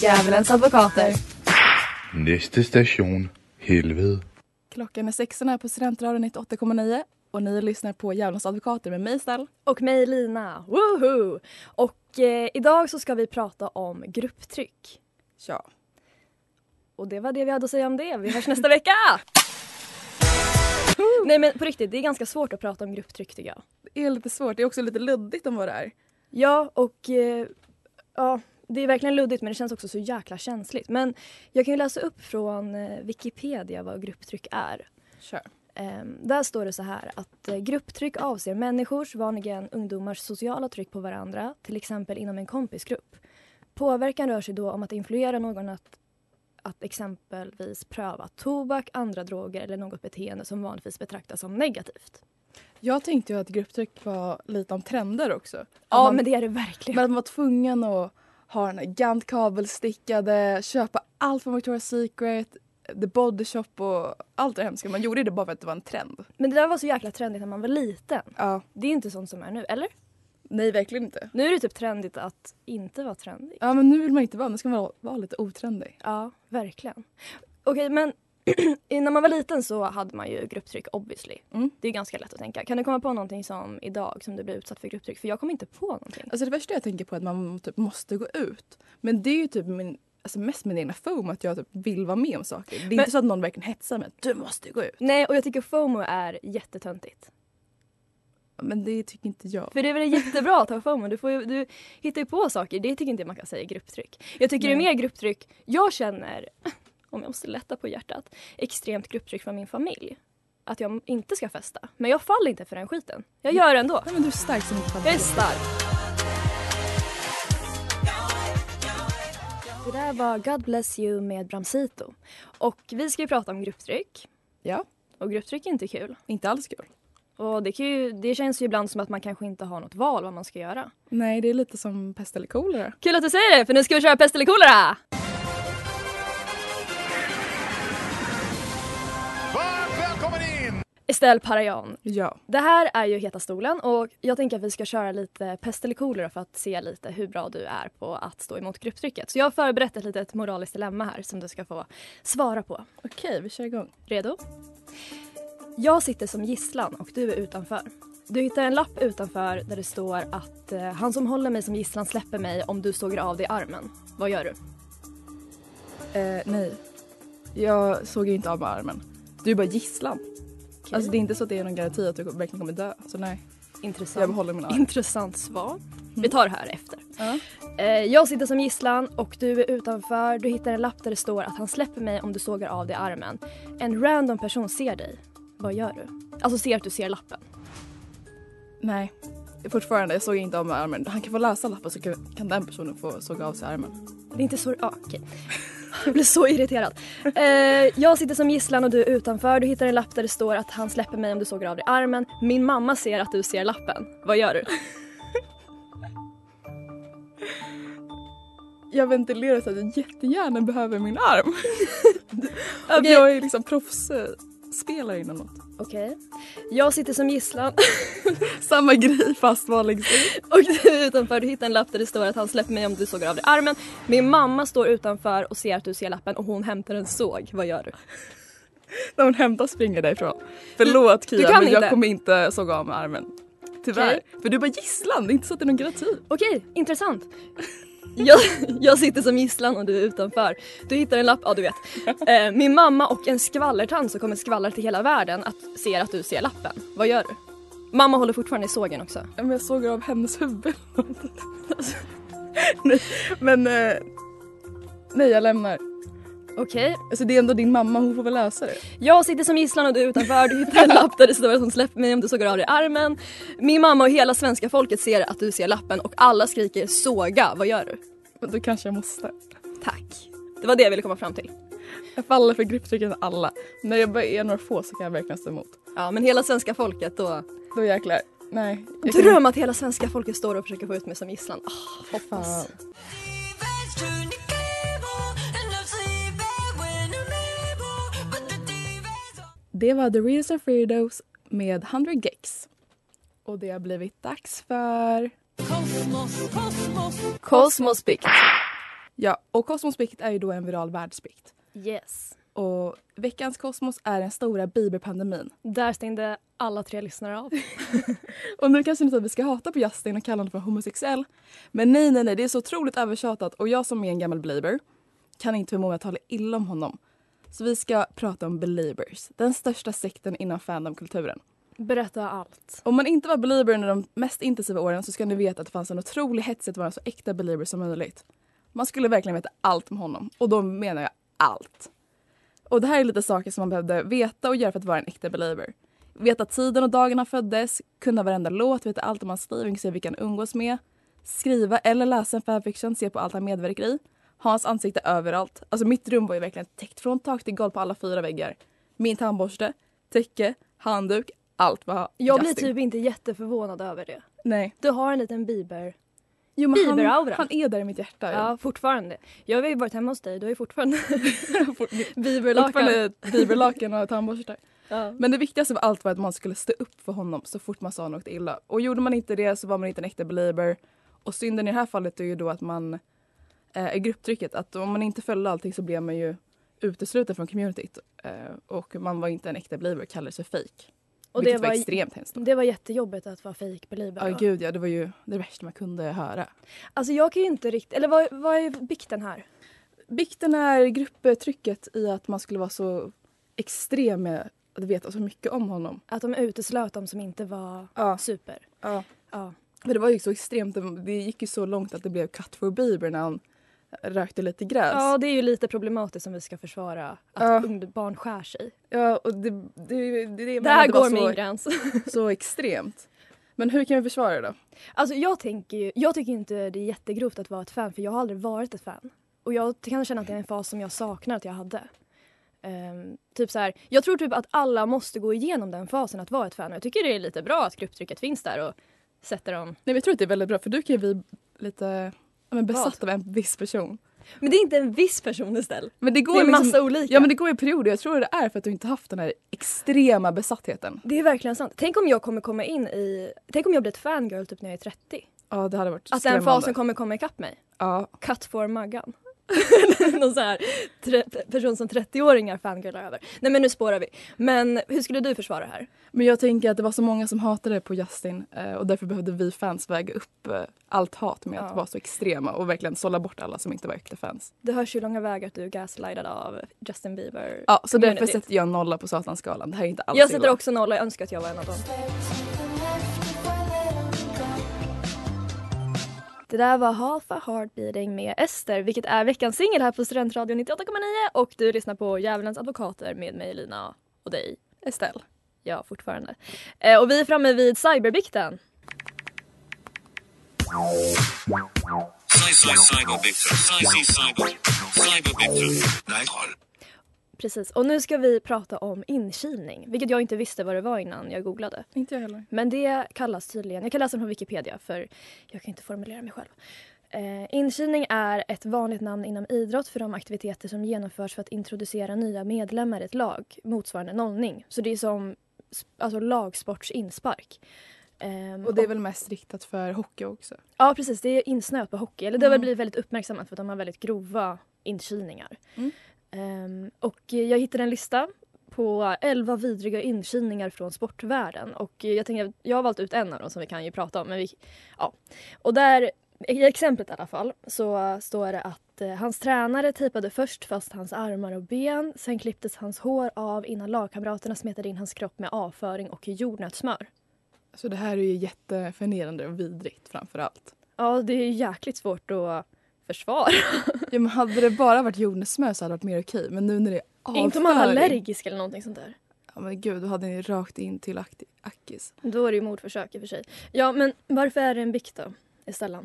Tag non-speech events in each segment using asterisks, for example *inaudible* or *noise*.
Djävulens advokater. Næste station, helvede. Klockan är sexen här på Studentradion 98,9 och ni lyssnar på Djävulens advokater med mig Estelle. Och mig Lina. Woohoo! Och eh, idag så ska vi prata om grupptryck. Ja. Och det var det vi hade att säga om det. Vi hörs nästa vecka! Nej men på riktigt, det är ganska svårt att prata om grupptryck tycker jag. Det är lite svårt, det är också lite luddigt om vad det är. Ja och eh, ja, det är verkligen luddigt men det känns också så jäkla känsligt. Men jag kan ju läsa upp från eh, Wikipedia vad grupptryck är. Kör. Ehm, där står det så här att eh, grupptryck avser människors, vanligen ungdomars sociala tryck på varandra, till exempel inom en kompisgrupp. Påverkan rör sig då om att influera någon att, att exempelvis pröva tobak, andra droger eller något beteende som vanligtvis betraktas som negativt. Jag tänkte ju att grupptryck var lite om trender också. Att Ja, man, men det är det verkligen. men att man var tvungen att ha den här Gant kabelstickade, köpa allt från Victoria's Secret, The Body Shop och allt det hemska. Man gjorde det bara för att det var en trend. Men det där var så jäkla trendigt när man var liten. Ja. Det är inte sånt som är nu, eller? Nej, verkligen inte. Nu är det typ trendigt att inte vara trendig. Ja, men nu vill man inte vara, nu ska man vara, vara lite otrendig. Ja, verkligen. Okej, men *clears throat* när man var liten så hade man ju grupptryck obviously. Mm. Det är ganska lätt att tänka. Kan du komma på någonting som idag som du blev utsatt för grupptryck? För jag kom inte på någonting. Alltså det värsta jag tänker på är att man typ måste gå ut. Men det är ju typ min, alltså mest min egna foam att jag typ vill vara med om saker. Det är inte så att någon verkligen hetsar mig att du måste gå ut. Nej, och jag tycker FOMO är jättetöntigt. Men det tycker inte jag. För det är väl jättebra att ha FOMO. Du, får ju, du hittar ju på saker. Det tycker inte man kan säga i grupptryck. Jag tycker det är mer grupptryck. Jag känner, om jag måste lätta på hjärtat, extremt grupptryck från min familj. Att jag inte ska festa. Men jag faller inte för den skiten. Jag gör det ändå. Nej men du är stark som inte Jag är faller. stark. Det där var God Bless You med Bramsito. Och vi ska ju prata om grupptryck. Ja, Och grupptryck är inte kul. inte alls kul. Och det, kan ju, det känns ju ibland som att man kanske inte har något val vad man ska göra. Nej det är lite som pest eller kolera. Kul att du säger det, för nu ska vi köra pest eller kolera! Estelle Parajan, Ja. det här är ju Heta stolen och jag tänker att vi ska köra lite pest eller kolera för att se lite hur bra du är på att stå emot grupptrycket. Så jag har förberett ett litet moraliskt dilemma här som du ska få svara på. Okej vi kör igång. Redo? Jag sitter som gisslan och du är utanför. Du hittar en lapp utanför där det står att eh, han som håller mig som gisslan släpper mig om du sågar av dig armen. Vad gör du? Eh, nej. Jag såg ju inte av mig armen. Du är bara gisslan. Alltså det är inte så att det är någon garanti att du verkligen kommer dö. Så nej, jag Intressant. behåller min arm. Intressant svar. Vi tar det här efter. Ja. Eh, jag sitter som gisslan och du är utanför. Du hittar en lapp där det står att han släpper mig om du sågar av dig armen. En random person ser dig. Vad gör du? Alltså ser att du ser lappen. Nej. Fortfarande, jag såg inte av mig armen. Han kan få läsa lappen så kan kan den personen få såga av sig armen. Det är inte så... Ah, okej. Jag blir så irriterad. Eh, jag sitter som gisslan och du är utanför. Du hittar en lapp där det står att han släpper mig om du sågar av dig armen. Min mamma ser att du ser lappen. Vad gör du? Jag ventilerar så att jag jättegärna behöver min *laughs* arm. Okej. Jag är liksom proffsspelare inom något. Okej. Jag sitter som gisslan *laughs* Samma grej fast vanligtvis. och du är utanför. Du hittar en lapp där det står att han släpper mig om du sågar av dig armen. Min mamma står utanför och ser att du ser lappen och hon hämtar en såg. Vad gör du? När hon hämtar springer jag därifrån. Förlåt Kia kan men jag inte. kommer inte såga av mig armen. Tyvärr. För du är bara gisslan, det är inte så att det är någon garanti. Okej, intressant. Jag, jag sitter som gisslan och du är utanför. Du hittar en lapp, ja du vet. Eh, min mamma och en skvallertant som kommer skvallra till hela världen att, ser att du ser lappen. Vad gör du? Mamma håller fortfarande i sågen också. Men jag såg av hennes *laughs* huvud. Nej, men... eh, Nej, jag lämnar. Okej. Alltså det är ändå din mamma, hon får väl lösa det. Jag sitter som gisslan och du är utanför. Du hittar en lapp där det står att hon släpper mig om du sågar av dig armen. Min mamma och hela svenska folket ser att du ser lappen och alla skriker såga. Vad gör du? Men då kanske jag måste. Tack. Det var det jag ville komma fram till. Jag faller för grupptrycket av alla. När jag bara är några få så kan jag verkligen stå emot. Ja, men hela svenska folket då. Då jäklar. Nej. jag kan- Dröm att hela svenska folket står och försöker få ut mig som gisslan. Ah, Fan. hoppas. Det var The Readers of Weirdos med 100 Gex. Och det har blivit dags för... Kosmosbikt. Ja, och kosmosbikt är ju då en viral världsbikt. Yes. Och veckans kosmos är den stora bibelpandemin. Där stängde alla tre lyssnare av. *laughs* Och nu kanske ni tror att vi ska hata på Justin och kalla honom för homosexuell. Men nej, nej, nej, det är så otroligt övertjatat och jag som är en gammal belieber kan inte förmå mig att tala illa om honom. Så vi ska prata om beliebers, den största sekten inom fandomkulturen. Berätta allt. Om man inte var belieber under de mest intensiva åren så ska ni veta att det fanns en otrolig hets i att vara så äkta belieber som möjligt. Man skulle verkligen veta allt om honom och då menar jag allt. Och det här är lite saker som man behövde veta och göra för att vara en äkta belieber. Veta tiden och dagen han föddes, kunna varenda låt, veta allt om hans liv, inklusive vilka han umgås med, skriva eller läsa en fanfiction, se på allt han medverkar i, ha hans ansikte överallt. Alltså mitt rum var ju verkligen täckt från tak till golv på alla fyra väggar. Min tandborste, täcke, handduk, allt var Jag blir Justin. typ inte jätteförvånad över det. Nej. Du har en liten biber. Jo, men han, Bieber-aura. han är där i mitt hjärta. Ja, fortfarande. Jag har ju varit hemma hos dig. Du har ju *laughs* fortfarande Fortfarande biberlakan. bibellakan *laughs* och tandborstar. Ja. Men det viktigaste av allt var att man skulle stå upp för honom så fort man sa något illa. Och gjorde man inte det så var man inte en äkta belieber. Och synden i det här fallet är ju då att man eh, är grupptrycket. Att om man inte följde allting så blev man ju utesluten från communityt. Eh, och man var inte en äkta belieber, kallades för fake. Och det Vilket var, var, extremt hemskt. då. det var jättejobbigt att vara fake belieber. Ja, va? gud ja. Det var ju det värsta man kunde höra. Alltså jag kan ju inte riktigt... Eller vad, vad är bikten här? Bikten är grupptrycket i att man skulle vara så extrem med att veta så mycket om honom. Att de uteslöt de som inte var Ja. super. ja. Ja. För det var ju så extremt, det gick ju så långt att det blev cut for Bieber när han rökte lite gräs. ja, det är ju lite problematiskt om vi ska försvara att Ja. ung- barn skär sig. Ja, och det, det, det, det, man Där inte var går min så, gräns. så extremt. Men hur kan vi försvara det då? Alltså jag tänker ju, jag tycker inte det är jättegrovt att vara ett fan för jag har aldrig varit ett fan. Och jag kan känna att det är en fas som jag saknar att jag hade. Ehm, typ så här, jag tror typ att alla måste gå igenom den fasen att vara ett fan och jag tycker det är lite bra att grupptrycket finns där och sätter dem. Nej, men jag tror att det är väldigt bra för du kan ju bli lite ja, men besatt Vad? av en viss person. Men det är inte en viss person istället. Men det Det går är en liksom, massa olika. Ja men det går i perioder. Jag tror det är för att du inte haft den här extrema besattheten. Det är verkligen sant. Tänk om jag kommer komma in i... Tänk om jag blir ett fangirl typ när jag är 30. Ja det hade varit Att den skrämmande. fasen kommer komma ikapp mig. Ja, Cut for Maggan. *laughs* Någon så här tre, person som 30-åringar fangirlar över. Nej men nu spårar vi. Men hur skulle du försvara det här? Men jag tänker att det var så många som hatade på Justin eh, och därför behövde vi fans väga upp eh, allt hat med Ja. att vara så extrema och verkligen sålla bort alla som inte var äkta fans. Det hörs ju långa vägar att du är gaslightad av Justin Bieber. Ja, så därför communityt. sätter jag en nolla på Satanskalan. Det här är inte alls Jag sätter illa. också noll och jag önskar att jag var en av dem. Det där var Half a Heart Beating med Ester, vilket är veckans singel här på Studentradion 98,9 och du lyssnar på Djävulens advokater med mig Lina och dig Estelle. Ja, fortfarande. Eh, och vi är framme vid cyberbikten. Precis, och nu ska vi prata om inkilning, vilket jag inte visste vad det var innan jag googlade. Inte jag heller. Men det kallas tydligen, jag kan läsa den från Wikipedia för jag kan inte formulera mig själv. Eh, inkilning är ett vanligt namn inom idrott för de aktiviteter som genomförs för att introducera nya medlemmar i ett lag, motsvarande nollning. Så det är som sp- alltså, lagsportsinspark. Ehm, Och det är väl mest riktat för hockey också. Ja precis, det är insnöat på hockey. Eller det har väl Mm. blivit väldigt uppmärksammat för att de har väldigt grova inkilningar. Mm. Ehm, och jag hittade en lista på 11 vidriga inkilningar från sportvärlden. Och jag, tänker, jag har valt ut en av dem som vi kan ju prata om. Men vi, ja. Och där, i exemplet i alla fall, så eh, står det att eh, hans tränare tejpade först fast hans armar och ben. Sen klipptes hans hår av innan lagkamraterna smetade in hans kropp med avföring och jordnötssmör. Så det här är ju jätteförnedrande och vidrigt framför allt. Ja, det är ju jäkligt svårt att *laughs* försvar. Ja, men hade det bara varit jordnötssmör så hade det varit mer okej. Men nu när det är avföring. Inte om man var allergisk eller någonting sånt där. Ja, men gud, då hade ni rakt in till akti- Ackis. Då är det ju mordförsök i och för sig. Ja, men varför är det en bikt då? Istället?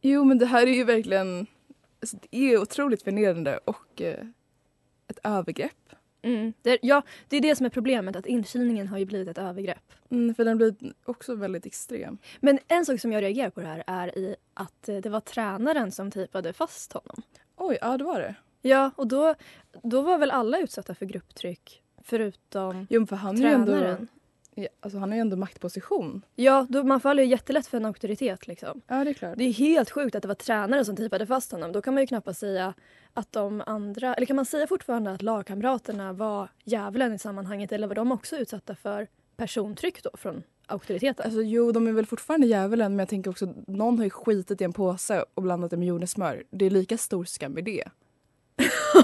Jo, men det här är ju verkligen... Alltså, det är otroligt förnedrande och eh, ett övergrepp. Mm. Det är, ja, det är det som är problemet, att inkilningen har ju blivit ett övergrepp. Mm, för den blir också väldigt extrem. Men en sak som jag reagerar på det här är i att eh, det var tränaren som tejpade fast honom. Oj, ja det var det. Ja, och då, då var väl alla utsatta för grupptryck förutom Jo, men för han är ju ändå, tränaren. ja, alltså, han är ju ändå maktposition. Ja, då, man faller ju jättelätt för en auktoritet liksom. Ja, det är klart. Det är helt sjukt att det var tränaren som tejpade fast honom. Då kan man ju knappast säga att de andra... Eller kan man säga fortfarande att lagkamraterna var djävulen i sammanhanget eller var de också utsatta för persontryck då från auktoriteten? Alltså, jo, de är väl fortfarande djävulen men jag tänker också någon har ju skitit i en påse och blandat det med jordnötssmör. Det är lika stor skam i *laughs* det.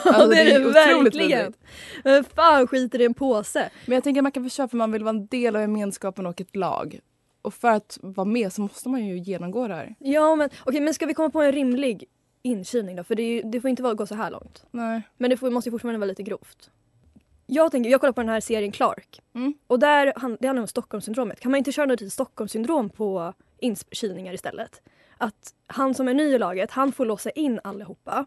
alltså, *laughs* det är det verkligen! vidrigt. Men fan skiter i en påse? Men jag tänker att man kan försöka för man vill vara en del av gemenskapen och ett lag. Och för att vara med så måste man ju genomgå det här. Ja men okej, men ska vi komma på en rimlig inkilning då? För det, är ju, det får inte vara, gå så här långt. Nej. Men det får, måste ju fortfarande vara lite grovt. Jag, tänker, jag kollar på den här serien Clark. Mm. Och där, han- det handlar om Stockholmssyndromet. Kan man inte köra något litet Stockholmssyndrom på inkilningar istället? Att han som är ny i laget, han får låsa in allihopa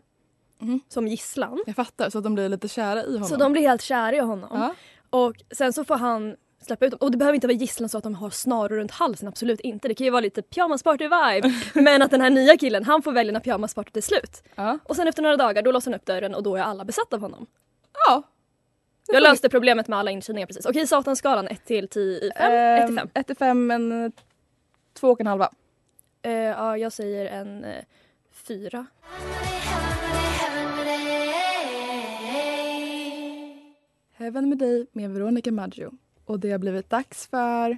Mm. som gisslan. Jag fattar, så att de blir lite kära i honom. Så de blir helt kära i honom. Ja. Och sen så får han släppa ut dem. Och det behöver inte vara gisslan så att de har snaror runt halsen, absolut inte. Det kan ju vara *laughs* lite pyjamasparty-vibe. Men att den här nya killen, han får välja när pyjamaspartyt är slut. Ja. Och sen efter några dagar, då låser han upp dörren och då är alla besatta av honom. ja. Jag löste problemet med alla inkilningar precis. Okej, satanskalan 1 till 10 i 5. 1 till 5. 1 Ehm, till 5, men eh, två och en halva. Ehm, eh, ja, jag säger en eh, 4. Heaven med dig med Veronica Maggio. Och det har blivit dags för...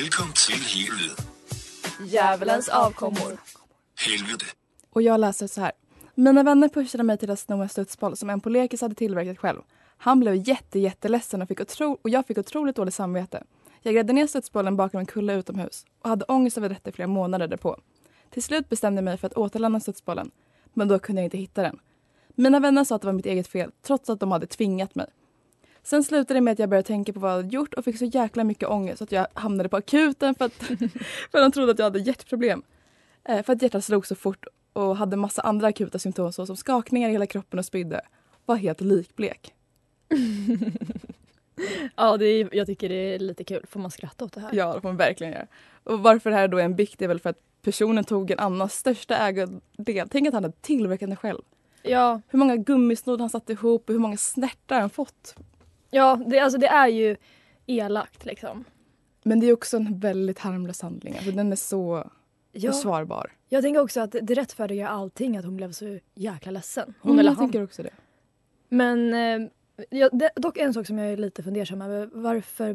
Velkommen til helvede. Djävulens avkommor. Helvede. Och jag läser så här. Mina vänner pushade mig till att sno en studsboll som en på lekis hade tillverkat själv. Han blev jätte, jätteledsen och, fick otro- och jag fick otroligt dåligt samvete. Jag grävde ner studsbollen bakom en kulle utomhus och hade ångest över detta i flera månader därpå. Till slut bestämde jag mig för att återlämna studsbollen, men då kunde jag inte hitta den. Mina vänner sa att det var mitt eget fel, trots att de hade tvingat mig. Sen slutade det med att jag började tänka på vad jag hade gjort och fick så jäkla mycket ångest att jag hamnade på akuten för att, *laughs* för att de trodde att jag hade hjärtproblem. Eh, För att hjärtat slog så fort och hade massa andra akuta symptom såsom skakningar i hela kroppen och spydde. Var helt likblek. Ja, det är, jag tycker det är lite kul. Får man skratta åt det här? Ja, det får man verkligen göra. Och varför det här då är en bikt är väl för att personen tog en annans största ägodel. Tänk att han hade tillverkat den själv. Ja, Hur många gummisnodd han satt ihop och hur många snärtar han fått. ja det, alltså det är ju elakt liksom. Men det är också en väldigt harmlös handling. Alltså, den är så försvarbar. jag tänker också att det rättfärdigar allting att hon blev så jäkla ledsen. Hon Mm, eller jag han. tänker också det. Men eh, ja, det, dock en sak som jag är lite fundersam över. Varför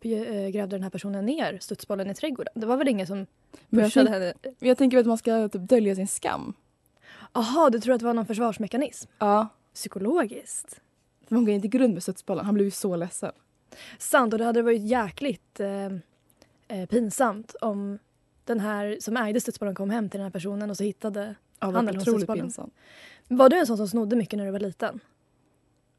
eh, grävde den här personen ner studsbollen i trädgården? Det var väl ingen som Men jag, pushade tänk, henne? jag tänker att man ska typ dölja sin skam. Aha, du tror att det var någon försvarsmekanism? Ja. Psykologiskt? För hon går inte i grund med studsbollen. Han blev ju så ledsen. Sant, och det hade varit jäkligt eh, eh, pinsamt om den här som ägde studsbollen kom hem till den här personen och så hittade... Ja, Han eller var hon otroligt studsbollen. pinsam. Var du en sån som snodde mycket när du var liten?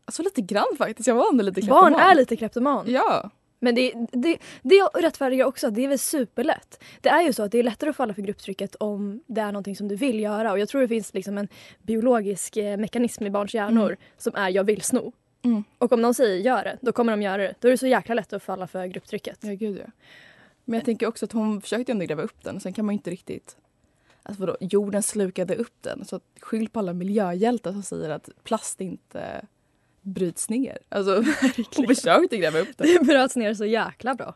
Alltså lite grann faktiskt. Jag var ändå lite Barn kleptoman. är lite kleptoman. Ja. Men det, det, det rättfärdigar också att det är väl superlätt. Det är ju så att det är lättare att falla för grupptrycket om det är någonting som du vill göra. Och jag tror det finns liksom en biologisk eh, mekanism i barns hjärnor som är jag vill sno. Mm. Och om någon säger gör det, då kommer de göra det. Då är det så jäkla lätt att falla för grupptrycket. *laughs* Ja, gud ja. Men jag tänker också att hon försökte ändå gräva upp den. Sen kan man ju inte riktigt... Alltså vadå, jorden slukade upp den. Så att skyll på alla miljöhjältar som säger att plast inte bryts ner. Alltså, *laughs* hon försökte gräva upp den. Det bröts ner så jäkla bra.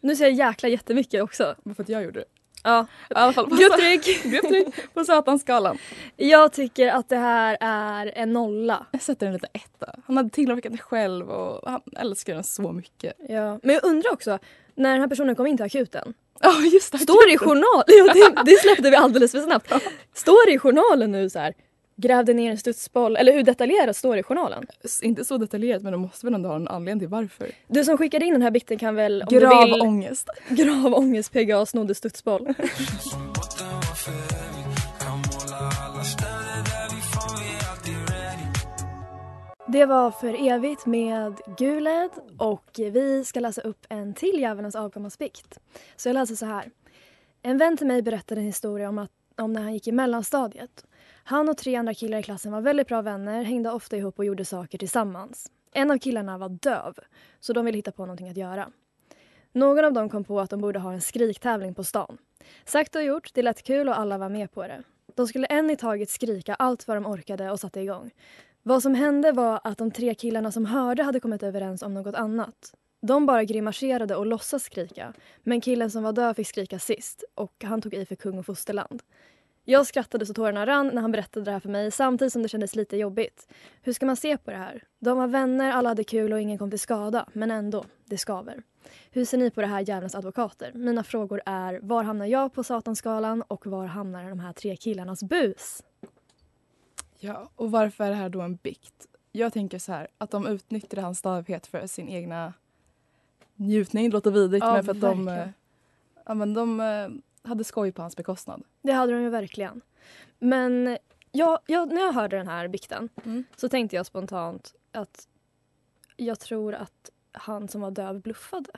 Nu säger jag jäkla jättemycket också. Bara för att jag gjorde det. Ja. I alla fall på, *laughs* Grupptryck! grupptryck på Satanskalan. Jag tycker att det här är en nolla. Jag sätter en liten etta. Han hade tillverkat den själv och han älskar den så mycket. Ja. Men jag undrar också, när den här personen kom in till akuten, Ja, just det. Står det i journalen? Ja, det, det släppte vi alldeles för snabbt. Står det i journalen nu så här? Grävde ner en studsboll. Eller hur detaljerat står det i journalen? Inte så detaljerat men de måste väl ändå ha en anledning till varför. Du som skickade in den här biten kan väl om Grav *laughs* du vill ångest. grav ångest PGA snodde studsboll. What the fuck? Det var För evigt med Guled och vi ska läsa upp en till Djävulens avkommas bikt. Så jag läser så här. En vän till mig berättade en historia om, att, om när han gick i mellanstadiet. Han och tre andra killar i klassen var väldigt bra vänner, hängde ofta ihop och gjorde saker tillsammans. En av killarna var döv, så de ville hitta på någonting att göra. Någon av dem kom på att de borde ha en skriktävling på stan. Sagt och gjort, det lät kul och alla var med på det. De skulle en i taget skrika allt vad de orkade och satte igång. Vad som hände var att de tre killarna som hörde hade kommit överens om något annat. De bara grimaserade och låtsas skrika, men killen som var döv fick skrika sist och han tog i för kung och fosterland. Jag skrattade så tårarna rann när han berättade det här för mig samtidigt som det kändes lite jobbigt. Hur ska man se på det här? De var vänner, alla hade kul och ingen kom till skada, men ändå, det skaver. Hur ser ni på det här djävulens advokater? Mina frågor är var hamnar jag på satanskalan och var hamnar de här tre killarnas bus? Ja, och varför är det här då en bikt? Jag tänker så här, att de utnyttjade hans dövhet för sin egna njutning. Det låter vidrigt, Ja, men för att de, verkligen. eh, ja, men de eh, hade skoj på hans bekostnad. Det hade de ju verkligen. Men jag, jag, när jag hörde den här bikten Mm. så tänkte jag spontant att jag tror att han som var döv bluffade.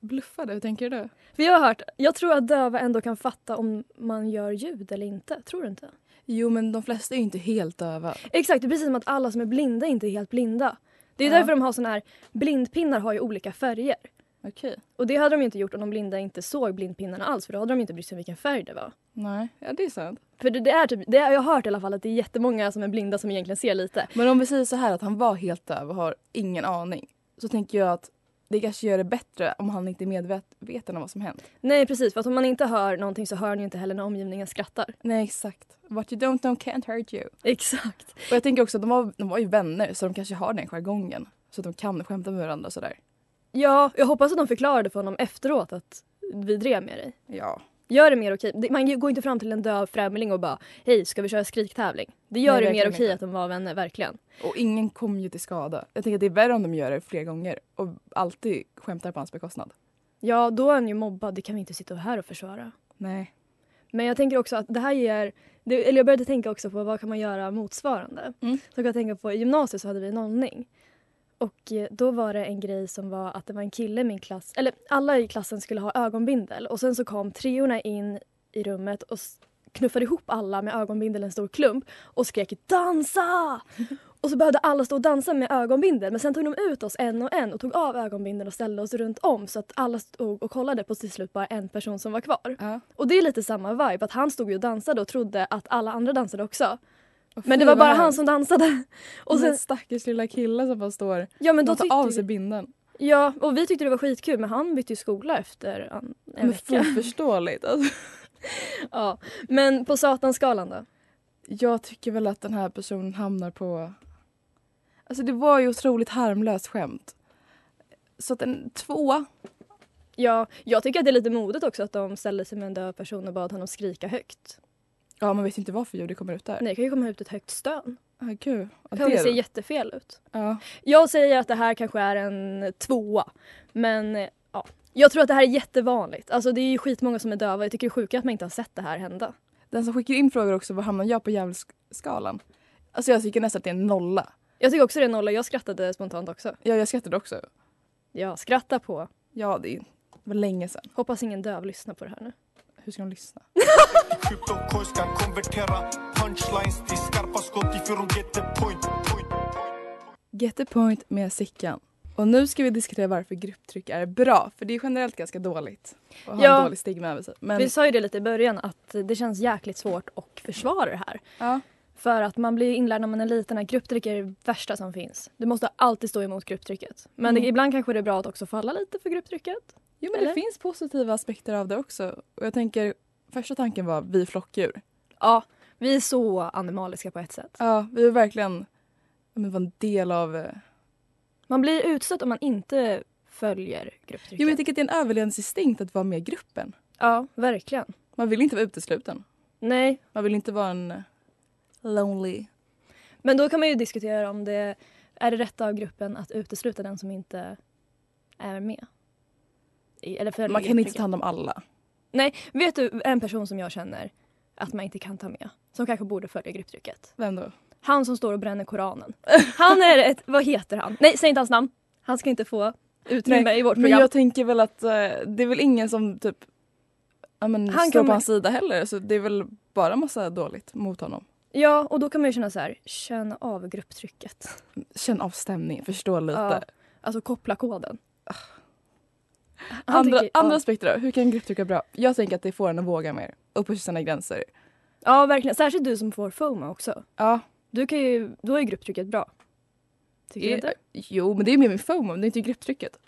Bluffade, hur tänker du? För jag har hört, jag tror att döva ändå kan fatta om man gör ljud eller inte. Tror du inte? Jo, men de flesta är ju inte helt döva. Exakt, det är precis som att alla som är blinda inte är helt blinda. Det är Ja. därför de har såna här, blindpinnar har ju olika färger. Okej. Och det hade de ju inte gjort om de blinda inte såg blindpinnarna alls för då hade de inte brytt sig om vilken färg det var. Nej, ja det är sant. För det, det är typ, det, jag har hört i alla fall att det är jättemånga som är blinda som egentligen ser lite. Men om vi säger så här att han var helt döv och har ingen aning. Så tänker jag att det kanske gör det bättre om han inte är medveten om vad som hänt. Nej precis, för att om man inte hör någonting så hör man ju inte heller när *laughs* omgivningen skrattar. Nej, exakt. What you don't know can't hurt you. Exakt. Och jag tänker också att de var, de var ju vänner så de kanske har den jargongen. Så att de kan skämta med varandra och sådär. Ja, jag hoppas att de förklarade för honom efteråt att vi drev med dig. Ja. Gör det mer okej. Det- Man går inte fram till en döv främling och bara hej, ska vi köra skriktävling? Det gör Nej, det mer verkligen okej inte. att de var vänner, verkligen. Och ingen kom ju till skada. Jag tänker att det är värre om de gör det fler gånger och alltid skämtar på hans bekostnad. Ja, då är han ju mobbad. Det kan vi inte sitta här och försvara. Nej. Men jag tänker också att det här ger... Det, eller jag började tänka också på vad kan man göra motsvarande. Mm. Så kan jag tänka på i gymnasiet så hade vi nollning. Och eh, då var det en grej som var att det var en kille i min klass, eller alla i klassen skulle ha ögonbindel och sen så kom treorna in i rummet och s- knuffade ihop alla med ögonbindel i en stor klump och skrek dansa! Och så behövde alla stå och dansa med ögonbindel men sen tog de ut oss en och en och tog av ögonbindeln och ställde oss runt om så att alla stod och kollade på till slut bara en person som var kvar. Ja. Och det är lite samma vibe, att han stod ju och dansade och trodde att alla andra dansade också. Och Men det fy, var vad bara han hemskt. som dansade. *laughs* Och sen, Men stackars lilla kille som bara står ja men Men då de tar av tyckte sig vi, binden. Ja, och vi tyckte det var skitkul men han bytte ju skola efter en, en Men vecka. fullt förståeligt. Alltså, *laughs* Ja. Men på satanskalan då? jag tycker väl att den här personen hamnar på... Alltså det var ju otroligt harmlöst skämt. Så att en tvåa. Ja, jag tycker att det är lite modigt också att de ställde sig med en död person och bad honom skrika högt. Ja, man vet ju inte vad för ljud det kommer ut där. Nej, det kan ju komma ut ett högt stön. Ah, gud. Ja, Det kan ju se det, jättefel ut. ja. Jag säger att det här kanske är en tvåa. Men eh, ja, jag tror att det här är jättevanligt. Alltså det är ju skitmånga som är döva. Jag tycker det är sjukt att man inte har sett det här hända. Den som skickar in frågor också, vad hamnar jag på djävulsskalan? Alltså jag tycker nästan att det är en nolla. Jag tycker också det är nolla. Jag skrattade spontant också. Ja, jag skrattade också. Ja, skratta på. Ja, det är- det var länge sedan. Hoppas ingen döv lyssnar på det här nu. Hur ska de lyssna? *laughs* Kryptokurs kan konvertera punchlines till skarpa skott ifrån get the point. point, point. Get the point med Sickan. Och nu ska vi diskutera varför grupptryck är bra. För det är generellt ganska dåligt. Och har Ja. en dålig stigma över sig. Men, Vi sa ju det lite i början att det känns jäkligt svårt att försvara det här. ja. För att man blir ju inlärd när man är liten att grupptryck är det värsta som finns. Du måste alltid stå emot grupptrycket. Men det, Mm. ibland kanske det är bra att också falla lite för grupptrycket. Jo men Eller? det finns positiva aspekter av det också. Och jag tänker, första tanken var vi är flockdjur. Ja, vi är så animaliska på ett sätt. Ja, vi är verkligen ja, men, var en del av... eh, Man blir utstött om man inte följer grupptrycket. Jo men jag tänker att det är en överlevnadsinstinkt att vara med i gruppen. Ja, verkligen. Man vill inte vara utesluten. Nej, Man vill inte vara en eh, lonely. Men då kan man ju diskutera om det är det rätt av gruppen att utesluta den som inte är med. I- Eller för Man kan inte ta hand om alla. Nej, vet du en person som jag känner att man inte kan ta med? Som kanske borde följa grupptrycket. Vem då? Han som står och *laughs* bränner Koranen. Han är ett, vad heter han? Nej, säg inte hans namn. Han ska inte få utrymme i vårt Men program. jag tänker väl att eh, det är väl ingen som typ ja, men, Han står på kommer- hans sida heller så det är väl bara massa dåligt mot honom. Ja, och då kan man ju känna så här, känn av grupptrycket. Känn av stämningen, förstå lite. Ja, alltså koppla koden. Han Ah. Andra, tycker- andra ja. aspekter då, hur kan grupptryck vara bra? Jag tänker att det får en att våga mer och pusha sina gränser. ja, verkligen. Särskilt du som får FOMO också. Ja, Du kan ju, då är grupptrycket bra. Tycker du inte? jo men det är mer min FOMO, det är inte grupptrycket.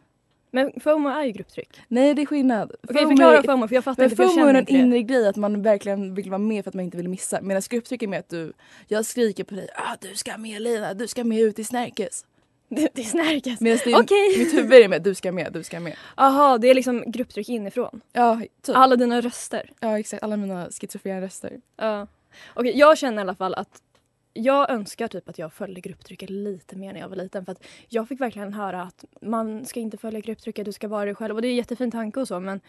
Men FOMO är ju grupptryck. Nej det är skillnad. Okej, FOMO förklara är- FOMO för jag fattar Men inte. för jag FOMO är känner en inte det. inre grej att man verkligen vill vara med för att man inte vill missa. Medan grupptryck är mer att du, jag skriker på dig, ah, du ska med Lina, du ska med ut i Snärkes. *laughs* Det, det snärkas. Medan det Okej. mitt huvud är med, du ska med, du ska med. Jaha, det är liksom grupptryck inifrån. Ja, typ. Alla dina röster. ja exakt, alla mina schizofrena röster. Ja. Okej, jag känner i alla fall att jag önskar typ att jag följde grupptrycket lite mer när jag var liten. För att jag fick verkligen höra att man ska inte följa grupptrycket, du ska vara dig själv. Och det är en jättefin tanke och så men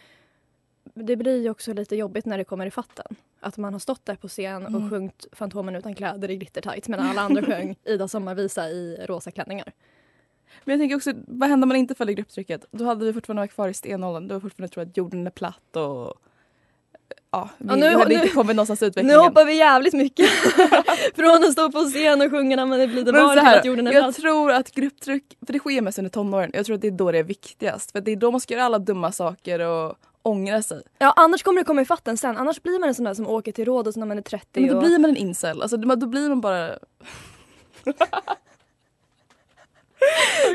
det blir ju också lite jobbigt när det kommer i fatten. Att man har stått där på scen Mm. och sjungit Fantomen utan kläder i glittertights medan alla andra *laughs* sjöng Ida sommarvisa i rosa klänningar. Men jag tänker också, vad händer om man inte följer grupptrycket? Då hade vi fortfarande varit kvar i stenåldern, då fortfarande tror att jorden är platt och ja, vi, Ja, nu- vi hade nu- inte kommit någonstans i Nu utvecklingen. hoppar vi *laughs* jävligt mycket *laughs* från att stå på scen och sjunga när man är blida Men barn så till här, att jorden är jag platt. tror att grupptryck, för det sker mest under tonåren, jag tror att det är då det är viktigast. För det är då man ska göra alla dumma saker och ångra sig. Ja, annars kommer det komma i fatten sen. Annars blir man en sån där som åker till rådet när man är 30. Men då och... blir man en incel, alltså, då då blir man bara...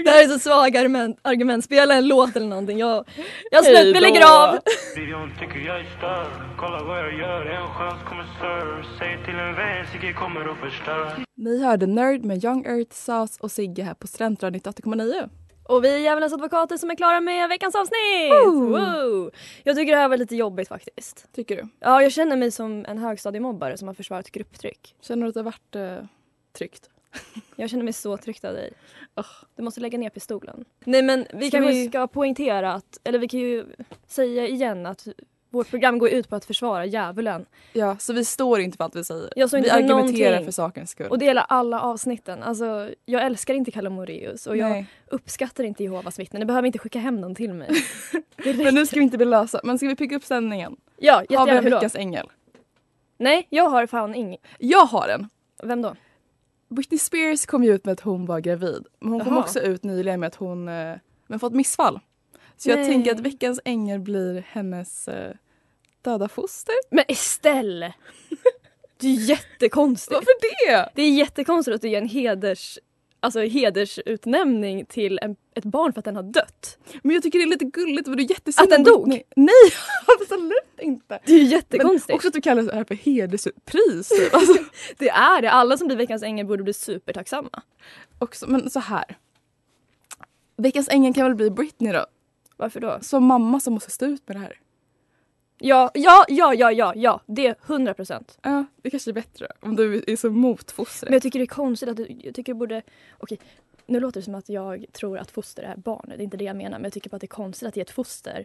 Det här är så svaga argument, argument. Spela en låt eller någonting. Jag, jag Hej slut, vi då. lägger av. Videon tycker jag är störd Kolla vad jag gör, en chans kommer stör Säg till en vän, Sigge kommer och förstör Ni hörde Nerd med Young Earth, Sas och Sigge här på Studentradion 98,9. Och vi är Djävulens advokater som är klara med veckans avsnitt. Wow. Jag tycker det här var lite jobbigt faktiskt. Tycker du? Ja, jag känner mig som en högstadiemobbare som har försvarat grupptryck. Känner du att det har varit eh, tryggt? Jag känner mig så tryckt av dig. Du måste lägga ner pistolen. Nej men vi Ska kanske vi- ska poängtera att, eller vi kan ju säga igen att vårt program går ut på att försvara djävulen. Ja, så vi står inte för allt vi säger. Jag står inte vi för argumenterar någonting. för sakens skull. Och det gäller alla avsnitten. Alltså, jag älskar inte Kalle Moraeus och jag Nej. uppskattar inte Jehovas vittnen. Ni behöver inte skicka hem någon till mig. *laughs* Det Men räcker. nu ska vi inte bli lösa. Men ska vi picka upp sändningen? Ja, Har vi jättegärna. en Hur då? veckans ängel? Nej, jag har fan ingen. Jag har en! Vem då? Britney Spears kom ju ut med att hon var gravid. Men hon kom Jaha. också ut nyligen med att hon eh, men fått missfall. Så jag Nej. tänker att veckans ängel blir hennes eh, döda foster. Men *laughs* Estelle! Det är jättekonstigt. Varför det? Det är jättekonstigt att du ger en heders, alltså hedersutnämning till en, ett barn för att den har dött. Men jag tycker det är lite gulligt. Var du jättesynd Att den om dog? Britney- Nej, absolut inte. Det är ju Men jättekonstigt. också att du kallar det här för hederspris. *laughs* typ. Alltså, det är det. Alla som blir Veckans ängel borde bli supertacksamma. också, men så här. Veckans ängel kan väl bli Britney då? Varför då? Som mamma som måste stå ut med det här. Ja, ja, ja, ja, ja, ja. Det är 100 procent. Ja, det kanske är bättre om du är så mot fostret. Men jag tycker det är konstigt att du, jag tycker du borde, okej nu låter det som att jag tror att foster är barn, det är inte det jag menar men jag tycker bara att det är konstigt att ge ett foster.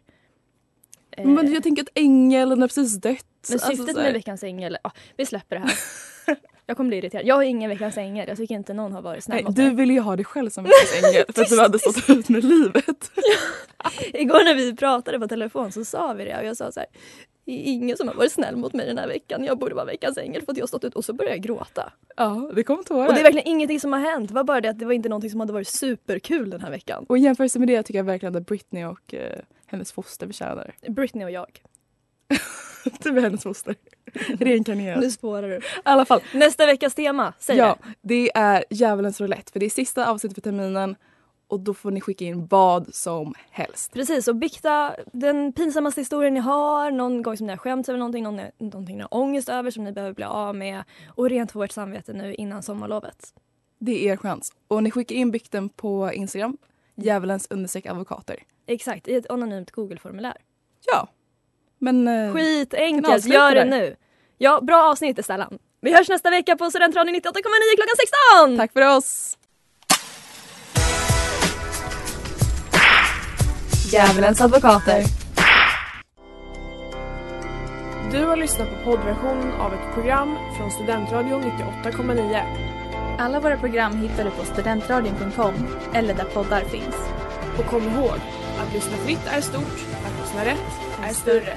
Eh, Men jag tänker att ängeln har precis dött. men Alltså, syftet så här- med veckans ängel, ja vi släpper det *laughs* här. jag kommer bli irriterad. Jag har ingen veckans ängel, jag tycker inte någon har varit snäll Nej, mot du mig. ville ju ha dig själv som veckans *laughs* ängel för att du hade stått ut med livet. Igår när vi pratade på telefon så sa vi det och jag sa så här. Det är ingen som har varit snäll mot mig den här veckan. Jag borde vara veckans ängel för att jag har stått ut och så började jag gråta. Ja, det kom tårar. Och det är verkligen ingenting som har hänt. Det var bara det att det var inte någonting som hade varit superkul den här veckan. och i jämförelse med det tycker jag verkligen att Britney och eh, hennes foster förtjänar. *laughs* Britney och jag. Du är hennes *laughs* foster. Reinkarnerad. Nu spårar du. I alla fall, Nästa veckas tema, säg ja, det. det är djävulens roulette för det är sista avsnittet för terminen och då får ni skicka in vad som helst. Precis, och bikta den pinsammaste historien ni har, någon gång som ni har skämts över någonting, någon, någonting ni har ångest över som ni behöver bli av med och rent för vårt samvete nu innan sommarlovet. Det är er chans. Och ni skickar in bikten på Instagram, djävulens understreck advokater. Exakt, i ett anonymt Google-formulär. Ja. Men... eh, Kan Skitenkelt, avsluta gör det där. nu! Ja, bra avsnitt Stellan. Vi hörs nästa vecka på Studentradion 98,9 klockan 16! Tack för oss! Djävulens advokater. Du har lyssnat på poddversionen av ett program från Studentradion 98,9. Alla våra program hittar du på studentradion.com eller där poddar finns. Och kom ihåg, att lyssna fritt är stort, att lyssna rätt är större.